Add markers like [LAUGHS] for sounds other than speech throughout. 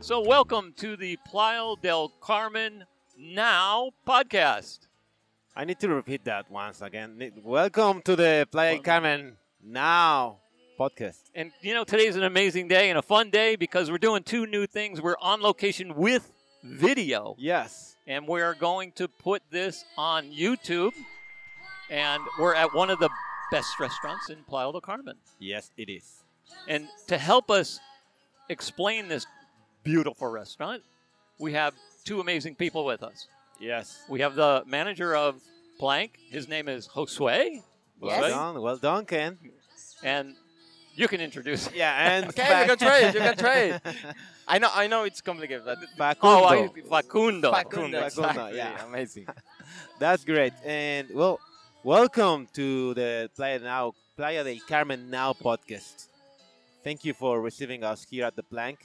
So, welcome to the Playa del Carmen Now podcast. I need to repeat that once again. Ni- Welcome to the Play Carmen Now podcast. And you know, today's an amazing day and a fun day because we're doing two new things. We're on location with video, Yes. and we are going to put this on YouTube. And we're at one of the best restaurants in Playa del Carmen. Yes, it is. And to help us explain this beautiful restaurant, we have two amazing people with us. Yes. We have the manager of Plank. His name is Josue, Well Yes. done. Well done, Ken. and you can introduce. him. Yeah, [LAUGHS] and Okay, we can try it, we can try it. I know, I know it's complicated, but Oh, I, [LAUGHS] Facundo. Facundo. Facundo, exactly. yeah. [LAUGHS] amazing. That's great. And well, welcome to the Playa Now Playa del Carmen Now podcast. Thank you for receiving us here at the Plank.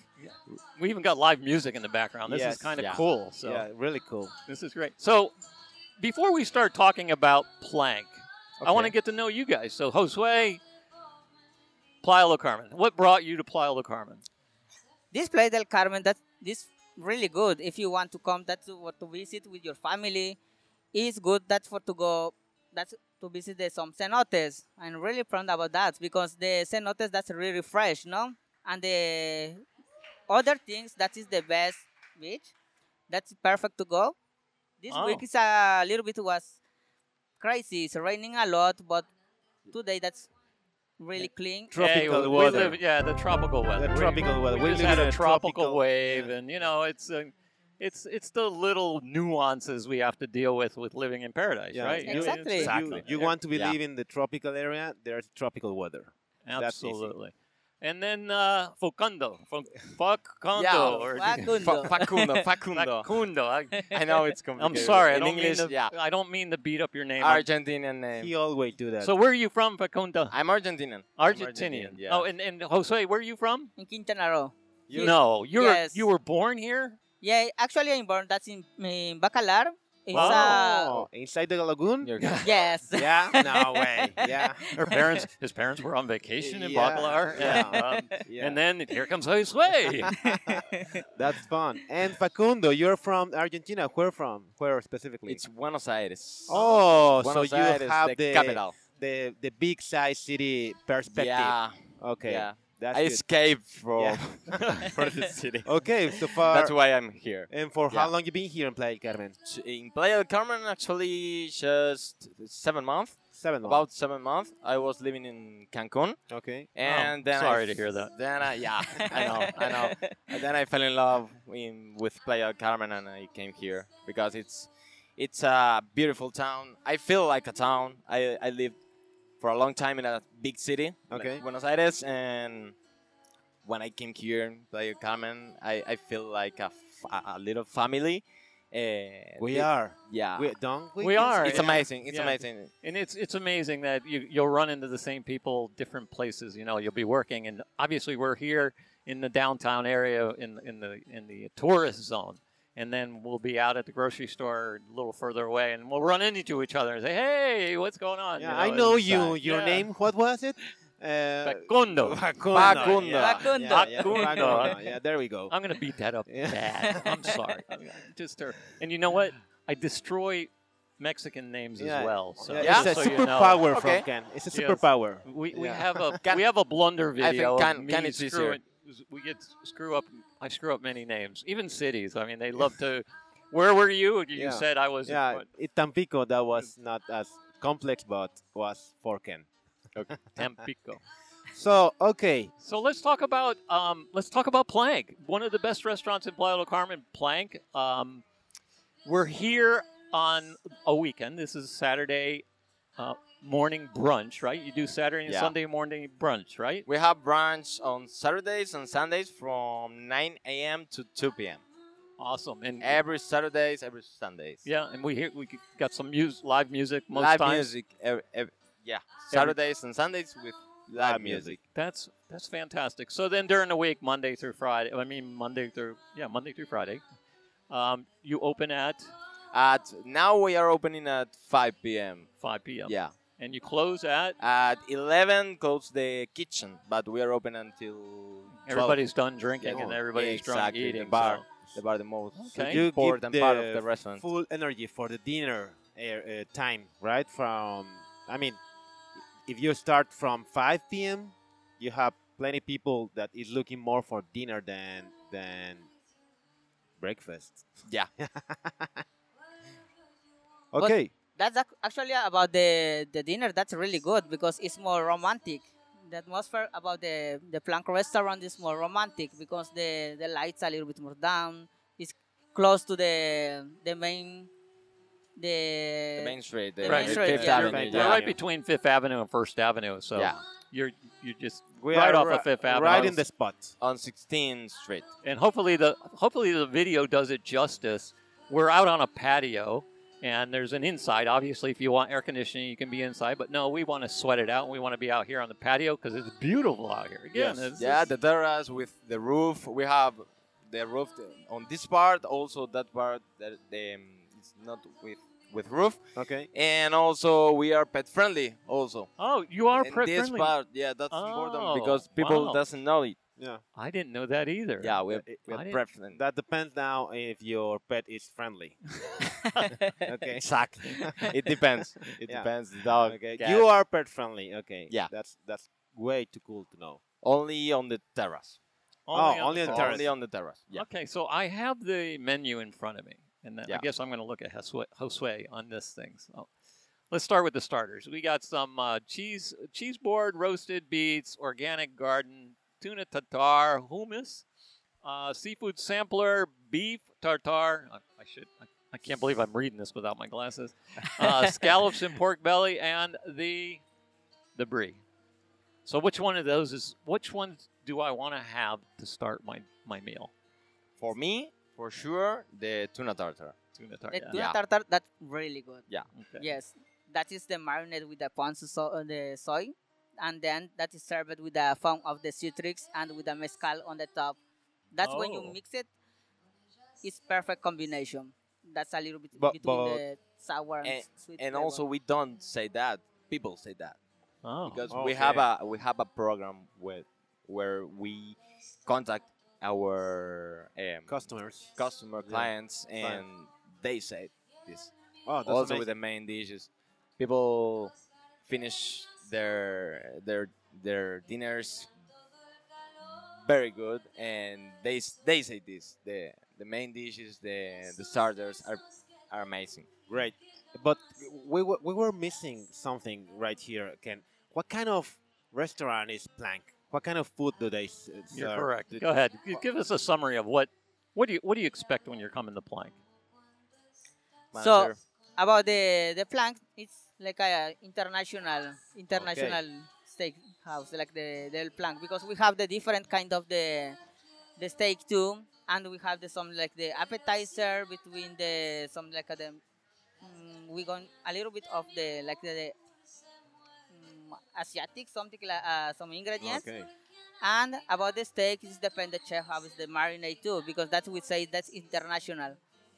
We even got live music in the background. This Yes. is kind of Yeah. cool. So Yeah, really cool. this is great. So before we start talking about Plank, I want to Okay. get to know you guys. So Josue, Playa del Carmen. What brought you to Playa del Carmen? this Playa del Carmen, that this really good. If you want to come, that's what to visit with your family, it's good. That's for to go. That's to visit the, some cenotes. I'm really proud about that because the cenotes that's really fresh, no. And the other things that is the best beach, that's perfect to go. This Oh. week is a little bit was crazy. It's raining a lot, but today that's really clean. Hey, Tropical we weather. live- yeah, the tropical weather. The We- tropical weather. We, We just live had in a a tropical, tropical- wave, yeah. and you know, it's uh, it's it's the little nuances we have to deal with with living in paradise, Yeah, right? you- Exactly. You, you want to Yeah. believe in the tropical area? There's tropical weather. that's easy. absolutely. And then uh, Focundo, Fo- Focundo, Yeah, or [LAUGHS] Facundo. Fa- Facundo, Facundo. Facundo. [LAUGHS] I, I know it's I'm complicated. sorry, I in don't English, mean to, yeah. I don't mean to beat up your name. Argentinian name. He always do that. so where are you from, Facundo? I'm Argentinian. I'm Argentinian. yeah. Oh, and, and Jose, where are you from? in Quintana Roo. You- no, you're Yes. you were born here. Yeah, actually, I'm born. That's in, in Bacalar. It's Wow. Inside the lagoon? [LAUGHS] You're a yes. [LAUGHS] yeah, no way. Yeah. [LAUGHS] Her parents, his parents were on vacation in Yeah, Bacalar. yeah. And, um, [LAUGHS] yeah. and then here comes Josue. [LAUGHS] That's fun. And Facundo, you're from Argentina. Where from? Where specifically? It's Buenos Aires. oh, so Buenos you Aires, have the, the, capital. the the big size city perspective. Yeah, Okay. yeah. That's I good. escaped from Yeah. [LAUGHS] from the [LAUGHS] city. [LAUGHS] Okay, so far. That's why I'm here. and for yeah. how long you been here in Playa del Carmen? In Playa del Carmen, actually, just seven months. Seven months. About seven months, I was living in Cancun, Okay. and then Oh, sorry I, to hear that. [LAUGHS] Then I, yeah, I know, I know. [LAUGHS] And then I fell in love in, with Playa del Carmen, and I came here because it's it's a beautiful town. I feel like a town. I I lived for a long time in a big city, like Okay. Buenos Aires, and when I came here in Playa del Carmen, I I feel like a, f- a- a little family. Uh, We it- are. yeah. We don't. We it's- are. Ah. it's yeah. amazing. It's Yeah. amazing. And it's it's amazing that you you'll run into the same people different places. You know, you'll be working, and obviously we're here in the downtown area in in the in the tourist zone, and then we'll be out at the grocery store a little further away, and we'll run into each other and say, "Hey, what's going on?" Yeah, I know and- you. Your Yeah. name? What was [LAUGHS] it? Uh, Facundo. Facundo. Facundo. Yeah, Facundo. yeah, yeah, Facundo. Facundo. Yeah, there we go. I'm gonna beat that up Yeah. bad. I'm sorry. Just her. And you know what? I destroy Mexican names Yeah. as well. So Yeah, just it's a so you know. superpower from Okay. Ken. It's a Yes. superpower. We, we Yeah. have a Can- we have a blunder video. I think can- of me can is easier. screwing, we get screw up. I screw up many names, even cities. I mean, they love to. Where were you? You Yeah. said I was. in Yeah, what? it Tampico that was not as complex, but was for Ken. Tampico. So okay, So let's talk about um, let's talk about Plank, one of the best restaurants in Playa del Carmen. Plank. Um, we're here on a weekend. This is Saturday uh, morning brunch, right? You do Saturday and Yeah. Sunday morning brunch, right? We have brunch on Saturdays and Sundays from 9 a.m. to 2 p.m. Awesome. And Every Saturdays, every Sundays. yeah, and we hear we got some mus live music most live times. music. ev- ev- yeah, Saturdays and Sundays with live, Live music. That's that's fantastic. So then during the week, Monday through Friday, I mean Monday through yeah Monday through Friday, um, you open at At now we are opening at 5 p.m. 5 p.m. Yeah, and you close at at 11 close the kitchen, but we are open until Everybody's done drinking Yeah. and everybody's drunk Exactly, the eating. bar. so- the bar the most Okay. You important give part the of the restaurant. full energy for the dinner air, uh, time, right? From I mean, if you start from 5 p.m., you have plenty people that is looking more for dinner than than breakfast. [LAUGHS] Yeah. But- okay. [LAUGHS] That's ac- actually about the the dinner. That's really good because it's more romantic. The atmosphere about the the Plank restaurant is more romantic because the the lights are a little bit more down. It's close to the the main the, the main street, the, the Right. main street, Fifth yeah. Avenue. We're Yeah. right between Fifth Avenue and First Avenue, so Yeah. you're you just We right are off ri- of Fifth Avenue. Right in the spot. On 16th Street. and hopefully the hopefully the video does it justice. We're out on a patio and there's an inside. Obviously, if you want air conditioning, you can be inside. But no, we want to sweat it out. and We want to be out here on the patio because it's beautiful out here. Again, it's- Yeah, the terrace with the roof. We have the roof t- on this part, also that part that the, um, it's not with with roof, Okay. and also we are pet friendly. Also, oh, you are And pet this friendly. part, yeah, that's important Oh, because people wow. doesn't know it. Yeah. I didn't know that either. Yeah, we're, it- I we're didn't- pet friendly. That depends now if your pet is [LAUGHS] friendly. [LAUGHS] okay. Exactly. it depends. It Yeah. depends. The dog. Okay. cat. You are pet friendly. Okay. Yeah. That's that's way too cool to know. only on the terrace. Oh, only on the phone. terrace. Only on the terrace. Yeah. Okay, so I have the menu in front of me, and then I Yeah. guess I'm going to look at Josue, Josue on this thing. So let's start with the starters. We got some uh, cheese, cheese board, roasted beets, organic garden, tuna tartar, hummus, uh, seafood sampler, beef tartar. I, I should. I, I can't believe I'm reading this without my glasses. [LAUGHS] Uh, scallops and pork belly, and the the brie. So which one of those is? Which one do I want to have to start my my meal? For me, for sure, the tuna tartar. Tuna tartar. the yeah. tuna Yeah. tartar. That's really good. Okay. Yes, that is the marinade with the ponzu so- uh, the soy, and then that is served with the foam of the citrix and with the mezcal on the top. That's when you Oh. mix it. It's perfect combination. That's a little bit But- between but- the sour and, s- sweet. And flavor. also, we don't say that. People say that. Oh. because we have a we have a program with where we contact our um, Customers. customer Yeah. clients and they say this Oh, that's also amazing. with the main dishes people finish their their their dinners very good and they s- they say this the the main dishes the the starters are are amazing great. But we were, we were missing something right here, Ken. What kind of restaurant is Plank? What kind of food do they s- uh, serve? You're correct. Do- Go ahead. G- Give us a summary of what what do you what do you expect when you're coming to Plank? So- about the the plank it's like a international international steak house like the the plank because we have the different kind of the the steak too and we have the some like the appetizer between the some like the mm, we gone a little bit of the like the, mm, asiatic something like uh, some ingredients Okay. and about the steak it's depend the chef how is the marinade too because that we say that's international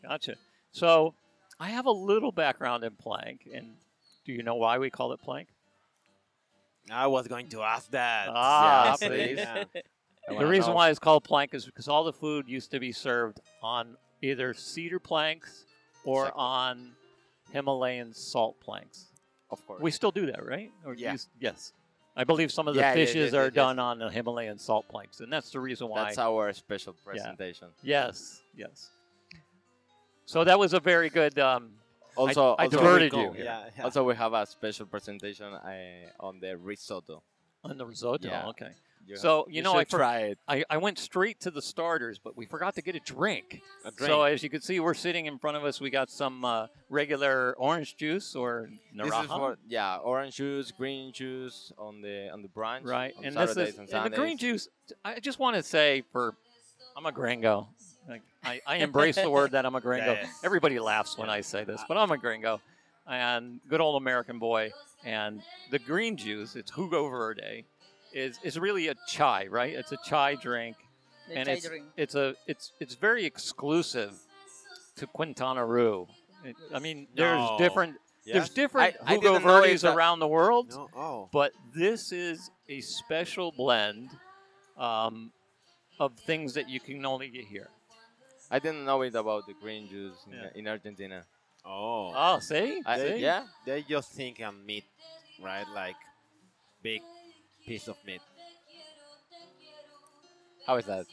Gotcha. So I have a little background in Plank, and do you know why we call it Plank? I was going to ask that. Ah, Yeah, please. yeah. I The wanna reason know. why it's called Plank is because all the food used to be served on either cedar planks or Exactly. on Himalayan salt planks. of course We still do that, right? Or Yeah. you s- yes. I believe some of the Yeah, yeah, fishes yeah, are yeah, done on the Himalayan salt planks, and that's the reason why. that's our special presentation Yes, yes. So that was a very good. Um, also I also- diverted Cool. you here. Yeah, yeah. Also, we have a special presentation uh, on the risotto. on the risotto. Yeah. Okay. You So you, know, I, should for- try it. I I went straight to the starters, but we forgot to get a drink. A drink. So as you can see, we're sitting in front of us. We got some uh, regular orange juice or This is naraja, for- yeah, orange juice, green juice on the on the brunch. right? on And this Saturdays is and and the green Sundays. juice. I just want to say for I'm a gringo. Like, I, I embrace the word that I'm a [LAUGHS] gringo. Yeah, yeah. Everybody laughs when I say this, but I'm a gringo and good old American boy. And the green juice, it's Hugo Verde, is, is really a chai, right? It's a chai drink. the and chai it's, drink. it's a it's it's very exclusive to Quintana Roo. It- I mean, there's No. different Yes? there's different I Hugo didn't know Verdes it's a- around the world No. Oh. but this is a special blend um, of things that you can only get here. I didn't know it about the green juice in, Yeah. in Argentina. Oh. Oh, see? I, see? yeah, They just think on meat, right? Like big piece of meat. how is that?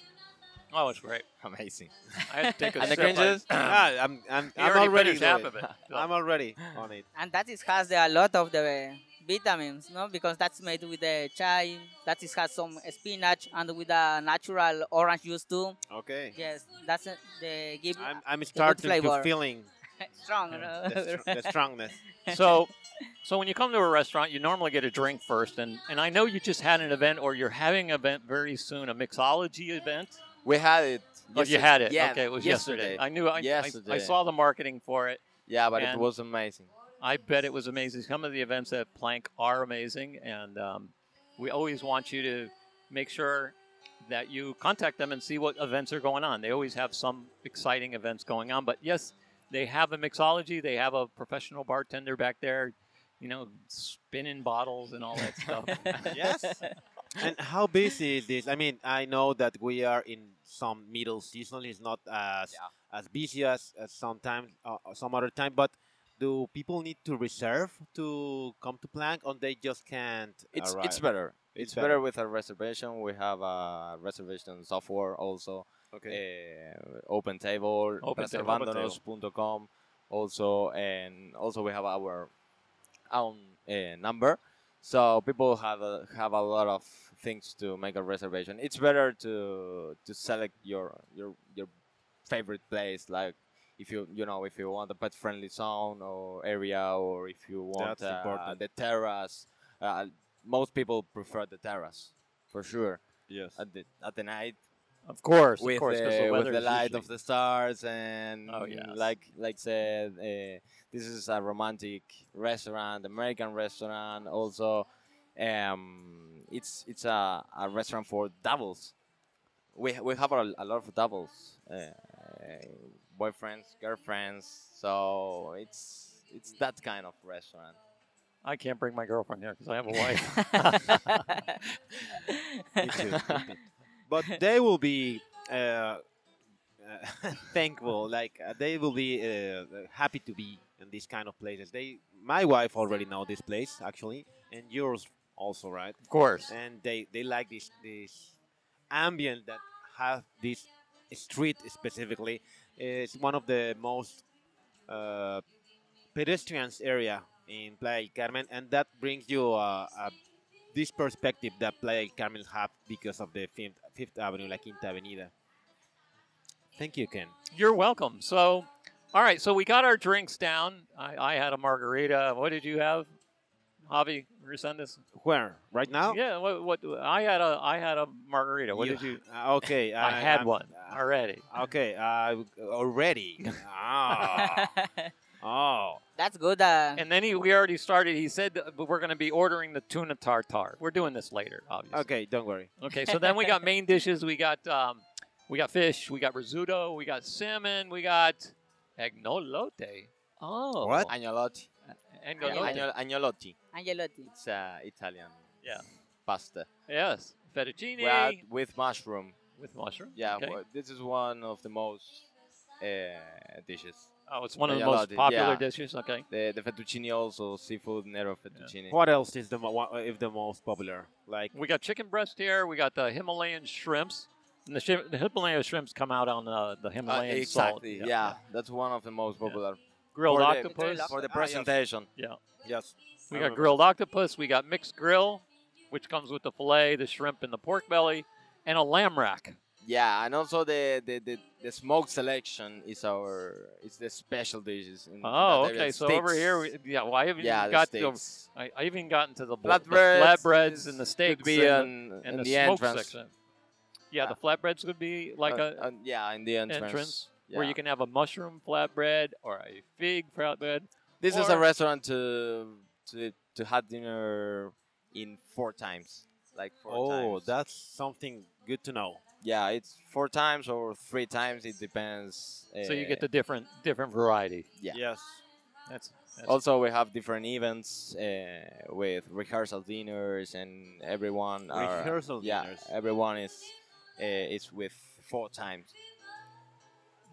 Oh, it's great. Amazing. I had to take a And the sip. green I- [CLEARS THROAT] juice. ah, I'm, I'm, he I'm already already finished half doing of it. So- I'm already on it. and that is has a lot of the vitamins, no? Because that's made with the chai. That is has some spinach and with a natural orange juice too. Okay. Yes, that's uh, they give I'm, I'm starting to flavor. feeling [LAUGHS] strong. [LAUGHS] Yeah, no? the, str- the strongness. [LAUGHS] so so when you come to a restaurant you normally get a drink first and and i know you just had an event or you're having an event very soon a mixology event We had it. oh you had it Yeah, okay it was yesterday. yesterday, i knew I, I- I Yesterday. saw the marketing for it Yeah, but it And- was amazing. i bet it was amazing some of the events at plank are amazing and um, we always want you to make sure that you contact them and see what events are going on they always have some exciting events going on but yes they have a mixology they have a professional bartender back there you know spinning bottles and all that stuff yes. [LAUGHS] And how busy is this? I mean, I know that we are in some middle season. It's not as Yeah. as busy as, as sometimes uh, uh, some other time. But do people need to reserve to come to Plank, or they just can't? It's arrive? it's better. It's It's, better. better. with a reservation. We have a reservation software also. Okay. Uh, open table, Open Table. reservándonos.com. Also, and also we have our own uh, number. So people have a, have a lot of things to make a reservation. It's better to to select your your your favorite place. Like if you you know if you want a pet friendly zone or area, or if you want That's uh, important. the terrace. Uh, most people prefer the terrace for sure yes. at the at the night Of course, of with, course, 'cause the, the with weather the is light usually- of the stars and Oh, yes. like like said uh, this is a romantic restaurant american restaurant also um, it's it's a, a restaurant for doubles we, we have a, a lot of doubles uh, boyfriends girlfriends so it's it's that kind of restaurant I can't bring my girlfriend here because I have a wife. [LAUGHS] Me too. but they will be uh, uh, [LAUGHS] thankful. Like uh, they will be uh, happy to be in these kind of places. They, my wife already know this place actually, and yours also, right? of course. And they they like this this ambient that have this street specifically. It's one of the most uh, pedestrians area in Playa del Carmen, and that brings you uh, a this perspective that Playa del Carmen have because of the Fifth, Fifth Avenue, La Quinta Avenida. Thank you, Ken. You're welcome. So, all right. So we got our drinks down. I, I had a margarita. What did you have, Javi Resendez? Where? Right now? Yeah. What, what? I had a. I had a margarita. What [LAUGHS] did you? Uh, okay. [LAUGHS] I, had I'm- one uh, already. okay. Uh, [LAUGHS] already. oh. oh. [LAUGHS] that's good. Uh, And then he, we already started. He said that we're going to be ordering the tuna tartar. We're doing this later, obviously. Okay. Don't worry. Okay, so then we got main dishes. We got um, we got fish. We got risotto. We got salmon. We got agnolote. Oh, What? agnolotti Agnolote. Agnol- agnolotti Angelotti. it's uh, italian Yeah. pasta Yes, fettuccine Well, with mushroom with mushroom. Yeah, Okay. well, this is one of the most uh, dishes. Oh, it's one of the Agnolote, most popular yeah. dishes. Okay. The, the fettuccine also, seafood Nero fettuccine. What else is the mo- one- if the most popular? Like We got chicken breast here. We got the Himalayan shrimps. And the, shim- the Himalayan shrimps come out on uh, the Uh, Himalayan salt. exactly, yeah. that's one of the most popular. Grilled For the- octopus. For the Ah, yes. presentation. Yeah. Yes. We I got Oh. remember. grilled octopus. We got mixed grill, which comes with the filet, the shrimp, and the pork belly, and a lamb rack. Yeah, and also the, the, the, the smoked selection is our, it's the special dishes. In Oh, Mm, that area. okay. So over here, we, Steaks. yeah. Well, I even yeah, got the the, steaks. I, I even gotten to the, bl- the Flatbreads flatbreads is- and the could steaks be and, on, the- and in the, the, smoke entrance. section. Yeah, the flatbreads would be like Uh, a uh, yeah, in the entrance. entrance where Yeah. you can have a mushroom flatbread or a fig flatbread. This is a Or- restaurant to to to have dinner in four times, like four oh, times. that's something good to know. yeah, it's four times or three times. It depends. so you get uh, the different different variety. Yeah. Yes. That's, that's Also, we have different events uh, with rehearsal dinners, and everyone are Rehearsal yeah, dinners. everyone is uh, it's with four times.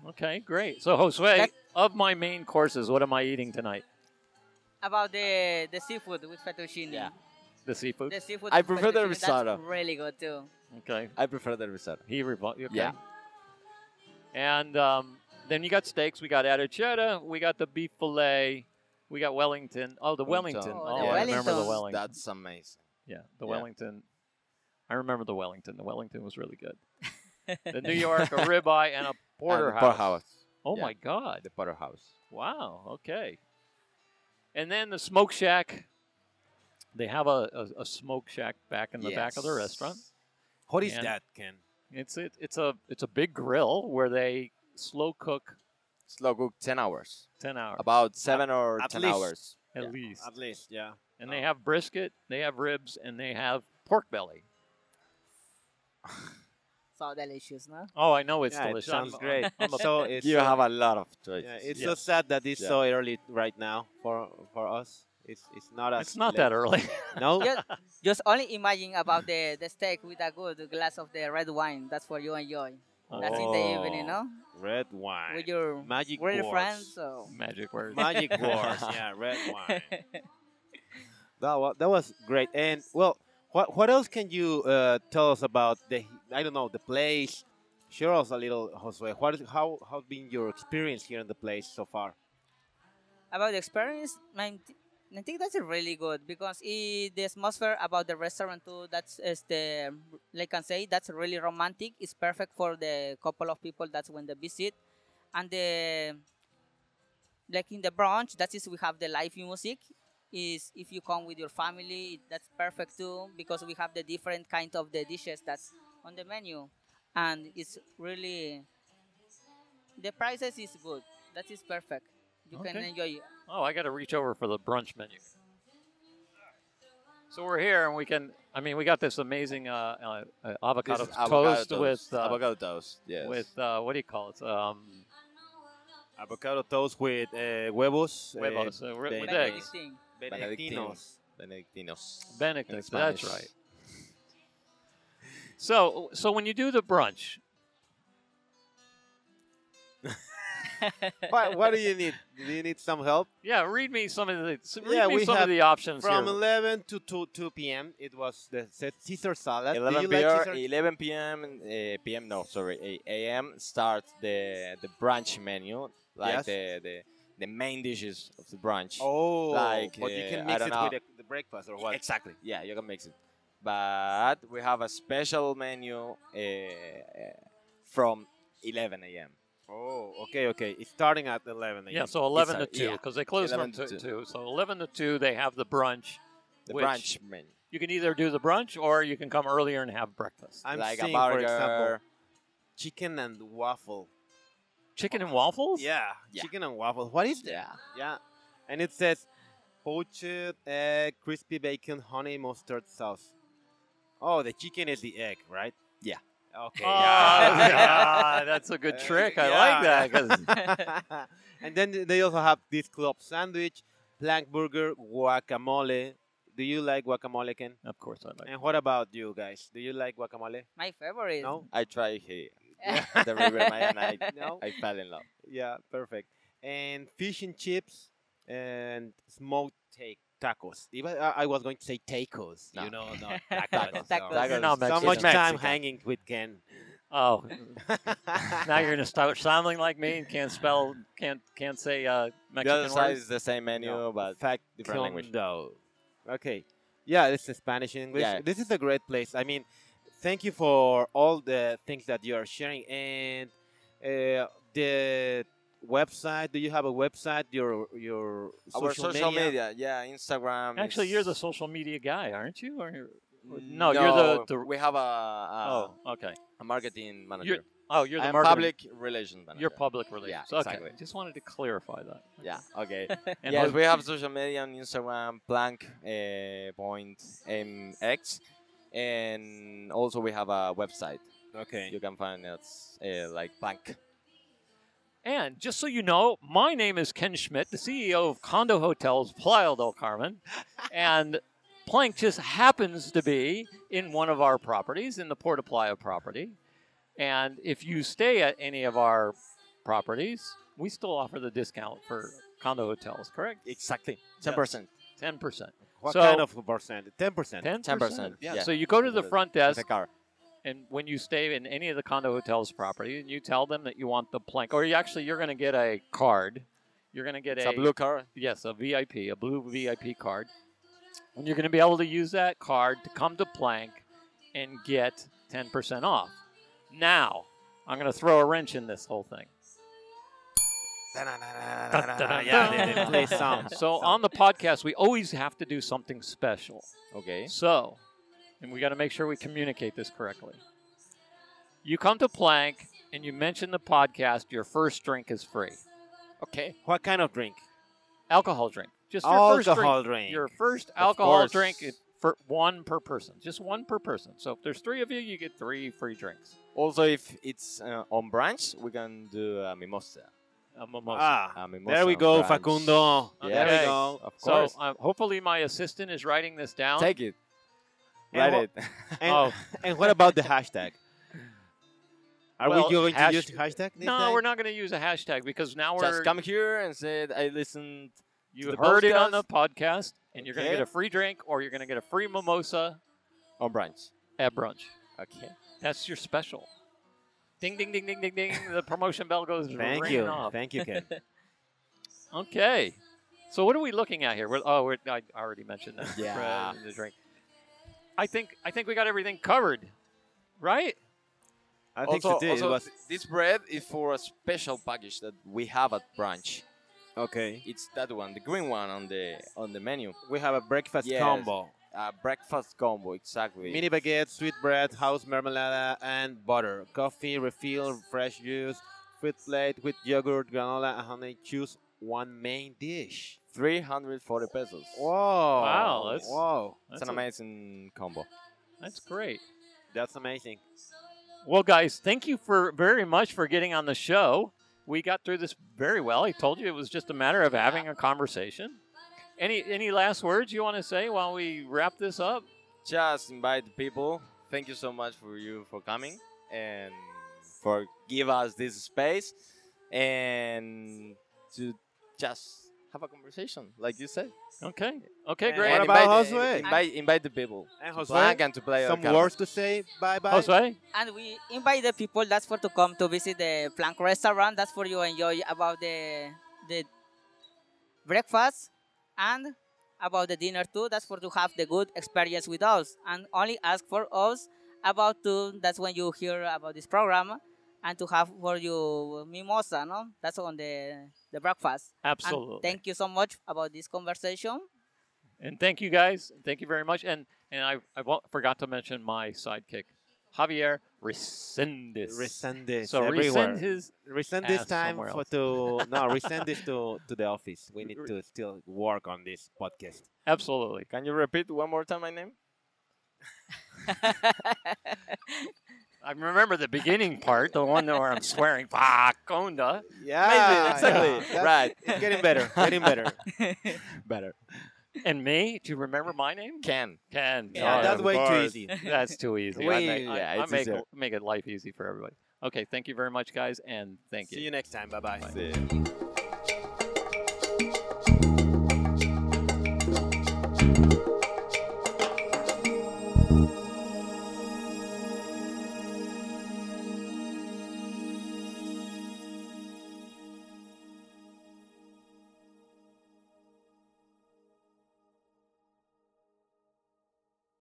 Okay, great. So, Josue, That- of my main courses, what am I eating tonight? About the the seafood with fettuccine. Yeah. The seafood. The seafood. I with prefer the fettuccine, risotto. That's really good too. Okay, I prefer the risotto. he revo- okay. Yeah. And um, then you got steaks. We got adicetta. We got the beef fillet. We got Wellington. Oh, the Wellington. Wellington. Oh, Oh, the I remember the Wellingtons. Wellington. That's amazing. Yeah, the Yeah. Wellington. I remember the Wellington. The Wellington was really [LAUGHS] good. the New York, a ribeye, and a [LAUGHS] And porterhouse. Porterhouse. Oh yeah. my God! The porterhouse. Wow. Okay. And then the smoke shack. They have a, a, a smoke shack back in the back of the restaurant. What is And- that, Ken? It's it, it's a it's a big grill where they slow cook Slow cook 10 hours. ten hours About 7 or at 10 least. hours. at yeah. least, At least, yeah. and they have brisket, they have ribs, and they have pork belly. So delicious, [LAUGHS] no? Oh, I know [LAUGHS] it's Yeah, it delicious. sounds I'm- great. I'm a- so it's You so- have a lot of choices. yeah, it's Yeah. so sad that it's Yeah. so early right now for for us. It's it's not as it's not late. that early. No, just, just only imagine about the, the steak with a good glass of the red wine. That's what you enjoy. That's in the evening, Oh, no? red wine. With your Magic great words. friends. So. Magic word. Magic wars, yeah, red wine. That was, that was great. And well, what what else can you uh, tell us about the I don't know the place? Share us a little, Josue. What is, how how's been your experience here in the place so far? [LAUGHS] about the experience, I'm th- I think that's really good because it, the atmosphere about the restaurant too. That's is the like I can say that's really romantic. It's perfect for the couple of people that's when they visit, and the like in the brunch that is we have the live music. Is if you come with your family, that's perfect too because we have the different kind of the dishes that's on the menu, and it's really the prices is good. That is perfect. You can Okay. enjoy it. Oh, I got to reach over for the brunch menu. So we're here, and we can. I mean, we got this amazing uh, uh, uh, This avocado, is avocado toast, with uh, avocado toast. Yes. with uh, what do you call it? Um, Avocado toast with uh, huevos. uh, huevos, uh, with they- with Benedict. eggs. Benedictine. Benedictinos. Benedictinos. Benedict, In that's Spanish. right. [LAUGHS] So, so when you do the brunch, what, what do [LAUGHS] you need? Do you need some help? yeah, read me some of the s- read Yeah, me we some of have the options From here. 11 to 2, 2 p.m. It was the se- Caesar salad. [LAUGHS] Do 11 you like p.m. Caesar- 11 p.m. Uh, p.m. No, sorry, eh, a- a.m. Start the the brunch menu, like Yes. the, the the main dishes of the brunch. Oh, Like, but you uh, can I mix don't it know. with the, the breakfast or what? Exactly. Yeah, you can mix it. But we have a special menu uh, from 11 a.m. Oh, okay, okay. It's starting at 11. Yeah, a.m. so eleven to Sorry, two yeah. because they close from 11 two, to two. So eleven to two, they have the brunch. The which brunch menu, You can either do the brunch or you can come earlier and have breakfast. I'm like seeing, a for burger. example, chicken and waffle. Chicken and waffles. Yeah, Yeah. chicken and waffle. What is that? yeah, Yeah, and it says poached egg, crispy bacon, honey mustard sauce. Oh, the chicken is the egg, right? Yeah. Okay. Oh, yeah. God, that's a [LAUGHS] good Uh, trick. I yeah. like [LAUGHS] that. 'cause- [LAUGHS] and then they also have this club sandwich, plank burger, guacamole. Do you like guacamole, Ken? of course, I like. And what about you guys? Do you like guacamole? My favorite. [LAUGHS] No. [LAUGHS] I tried here the river Maya, and I, No. I fell in love. Yeah, perfect. And fish and chips and smoked ta- tacos. If I, I- I was going to say tacos, No. you know, [LAUGHS] no Tacos. tacos. Tacos. sorry. You're not So Mexican. much time Mexican. hanging with Ken. [LAUGHS] [LAUGHS] Oh, now you're gonna start sounding like me and can't spell, can't can't say uh, The other Mexican side words. is the same menu, No, but fact different language. condo. Okay. Yeah, this is Spanish English. Yeah. This is a great place. I mean, thank you for all the things that you are sharing and uh, the website. Do you have a website? Your your our social, social media, yeah, Instagram. Actually, is- you're the social media guy, aren't you? Or you're- no, you're the, the we have a, a, oh, okay. a marketing manager. Oh, you're the Uh, I'm marketing- public relations manager. You're public relations. exactly. Okay, just wanted to clarify that. Yeah. Okay. [LAUGHS] And yes, those- we have social media on Instagram, blank uh, point mx, and also we have a website. Okay. You can find us uh, like blank. and just so you know, my name is Ken Schmidt, the CEO of Condo Hotels Playa del Carmen, and Plank just happens to be in one of our properties, in the Porta Playa property. And if you stay at any of our properties, we still offer the discount for condo hotels, correct? Exactly. 10%. 10%. What So- kind of percent? Ten percent. 10%. 10%, Yeah. yeah. So you go to the The- front That's desk a car. and when you stay in any of the condo hotels property and you tell them that you want the plank or you actually you're going to get a card. You're going to get It's a blue car. yes, a VIP, a blue VIP card. And you're going to be able to use that card to come to Plank and get 10% off. Now, I'm going to throw a wrench in this whole thing. Yeah, they, [LAUGHS] they play sound. So, on the podcast, we always have to do something special. Okay. So, and we got to make sure we communicate this correctly. You come to Plank and you mention the podcast, your first drink is free. Okay. What kind of drink? Alcohol drink. Just your first drink. Alcohol drink. Your first alcohol course. drink is for one per person, just one per person. So if there's three of you, you get three free drinks. Also, if it's uh, on branch, we can do a mimosa. A mimosa. Ah, A mimosa there we on go, brunch. Facundo. There Okay. we go. uh, Of so course. uh, hopefully my assistant is writing this down. Take it. And Write wha- it. [LAUGHS] And, oh and what about the hashtag? Are Well, we going hash- to use the hashtag? this no, time? we're not going to use a hashtag because now Just we're come here and say I listened. you the heard it on podcast. the podcast, and you're going to Okay. get a free drink or you're going to get a free mimosa on brunch. at brunch. Okay. That's your special. Ding ding ding ding ding ding. the promotion bell goes Thank ringing you. off. Thank you, Ken. Okay. So what are we looking at here? We're, oh, we're, I already mentioned that. Yeah. The drink. I think I think we got everything covered, right? [LAUGHS] I think also, today it also was th- this bread is for a special package that we have at brunch. okay. It's that one, the green one on the on the menu. We have a breakfast Yes. combo: A breakfast combo, exactly. mini baguette, sweet bread, house marmalade, and butter, coffee refill, fresh juice, fruit plate with yogurt, granola, and honey. Choose one main dish. 340 pesos. Whoa! Wow, that's- Wow! It's an a- amazing combo. That's great. That's amazing. Well, guys, thank you for very much for getting on the show. We got through this very well. I told you it was just a matter of having a conversation. Any any last words you want to say while we wrap this up? Just invite the people. Thank you so much for you for coming and for give us this space and to just have a conversation, like you said. Okay. Okay, And great. what And about invite, Josue? Invite, invite the people. And to Josue, Black and to play Some Alcalá. words to say? Bye bye. Jose? And we invite the people that's for to come to visit the Plank restaurant. That's for you enjoy about the the breakfast and about the dinner too. That's for to have the good experience with us. And only ask for us about to that's when you hear about this program and to have for you mimosa, no? That's on the the breakfast. And Absolutely. thank you so much about this conversation. And thank you guys. Thank you very much. And and I, I wa- forgot to mention my sidekick, Javier Resendez. Resend this so everywhere. resend his. resend this ass time somewhere for [LAUGHS] to no resend this to to the office. We need to still work on this podcast. Absolutely. Can you repeat one more time my name? I remember the beginning part, the one where I'm swearing, Vaconda. Amazing, exactly. yeah. [LAUGHS] Right. It's getting better. Getting [LAUGHS] better. [LAUGHS] Better. And me? Do you remember my name? Can. Ken. Yeah, Oh, that's yeah. way too course. easy. [LAUGHS] That's too easy. I Way- make, I- yeah, I it's make, easier. make it life easy for everybody. Okay, thank you very much, guys, and thank you. See you next time. Bye bye. That's it.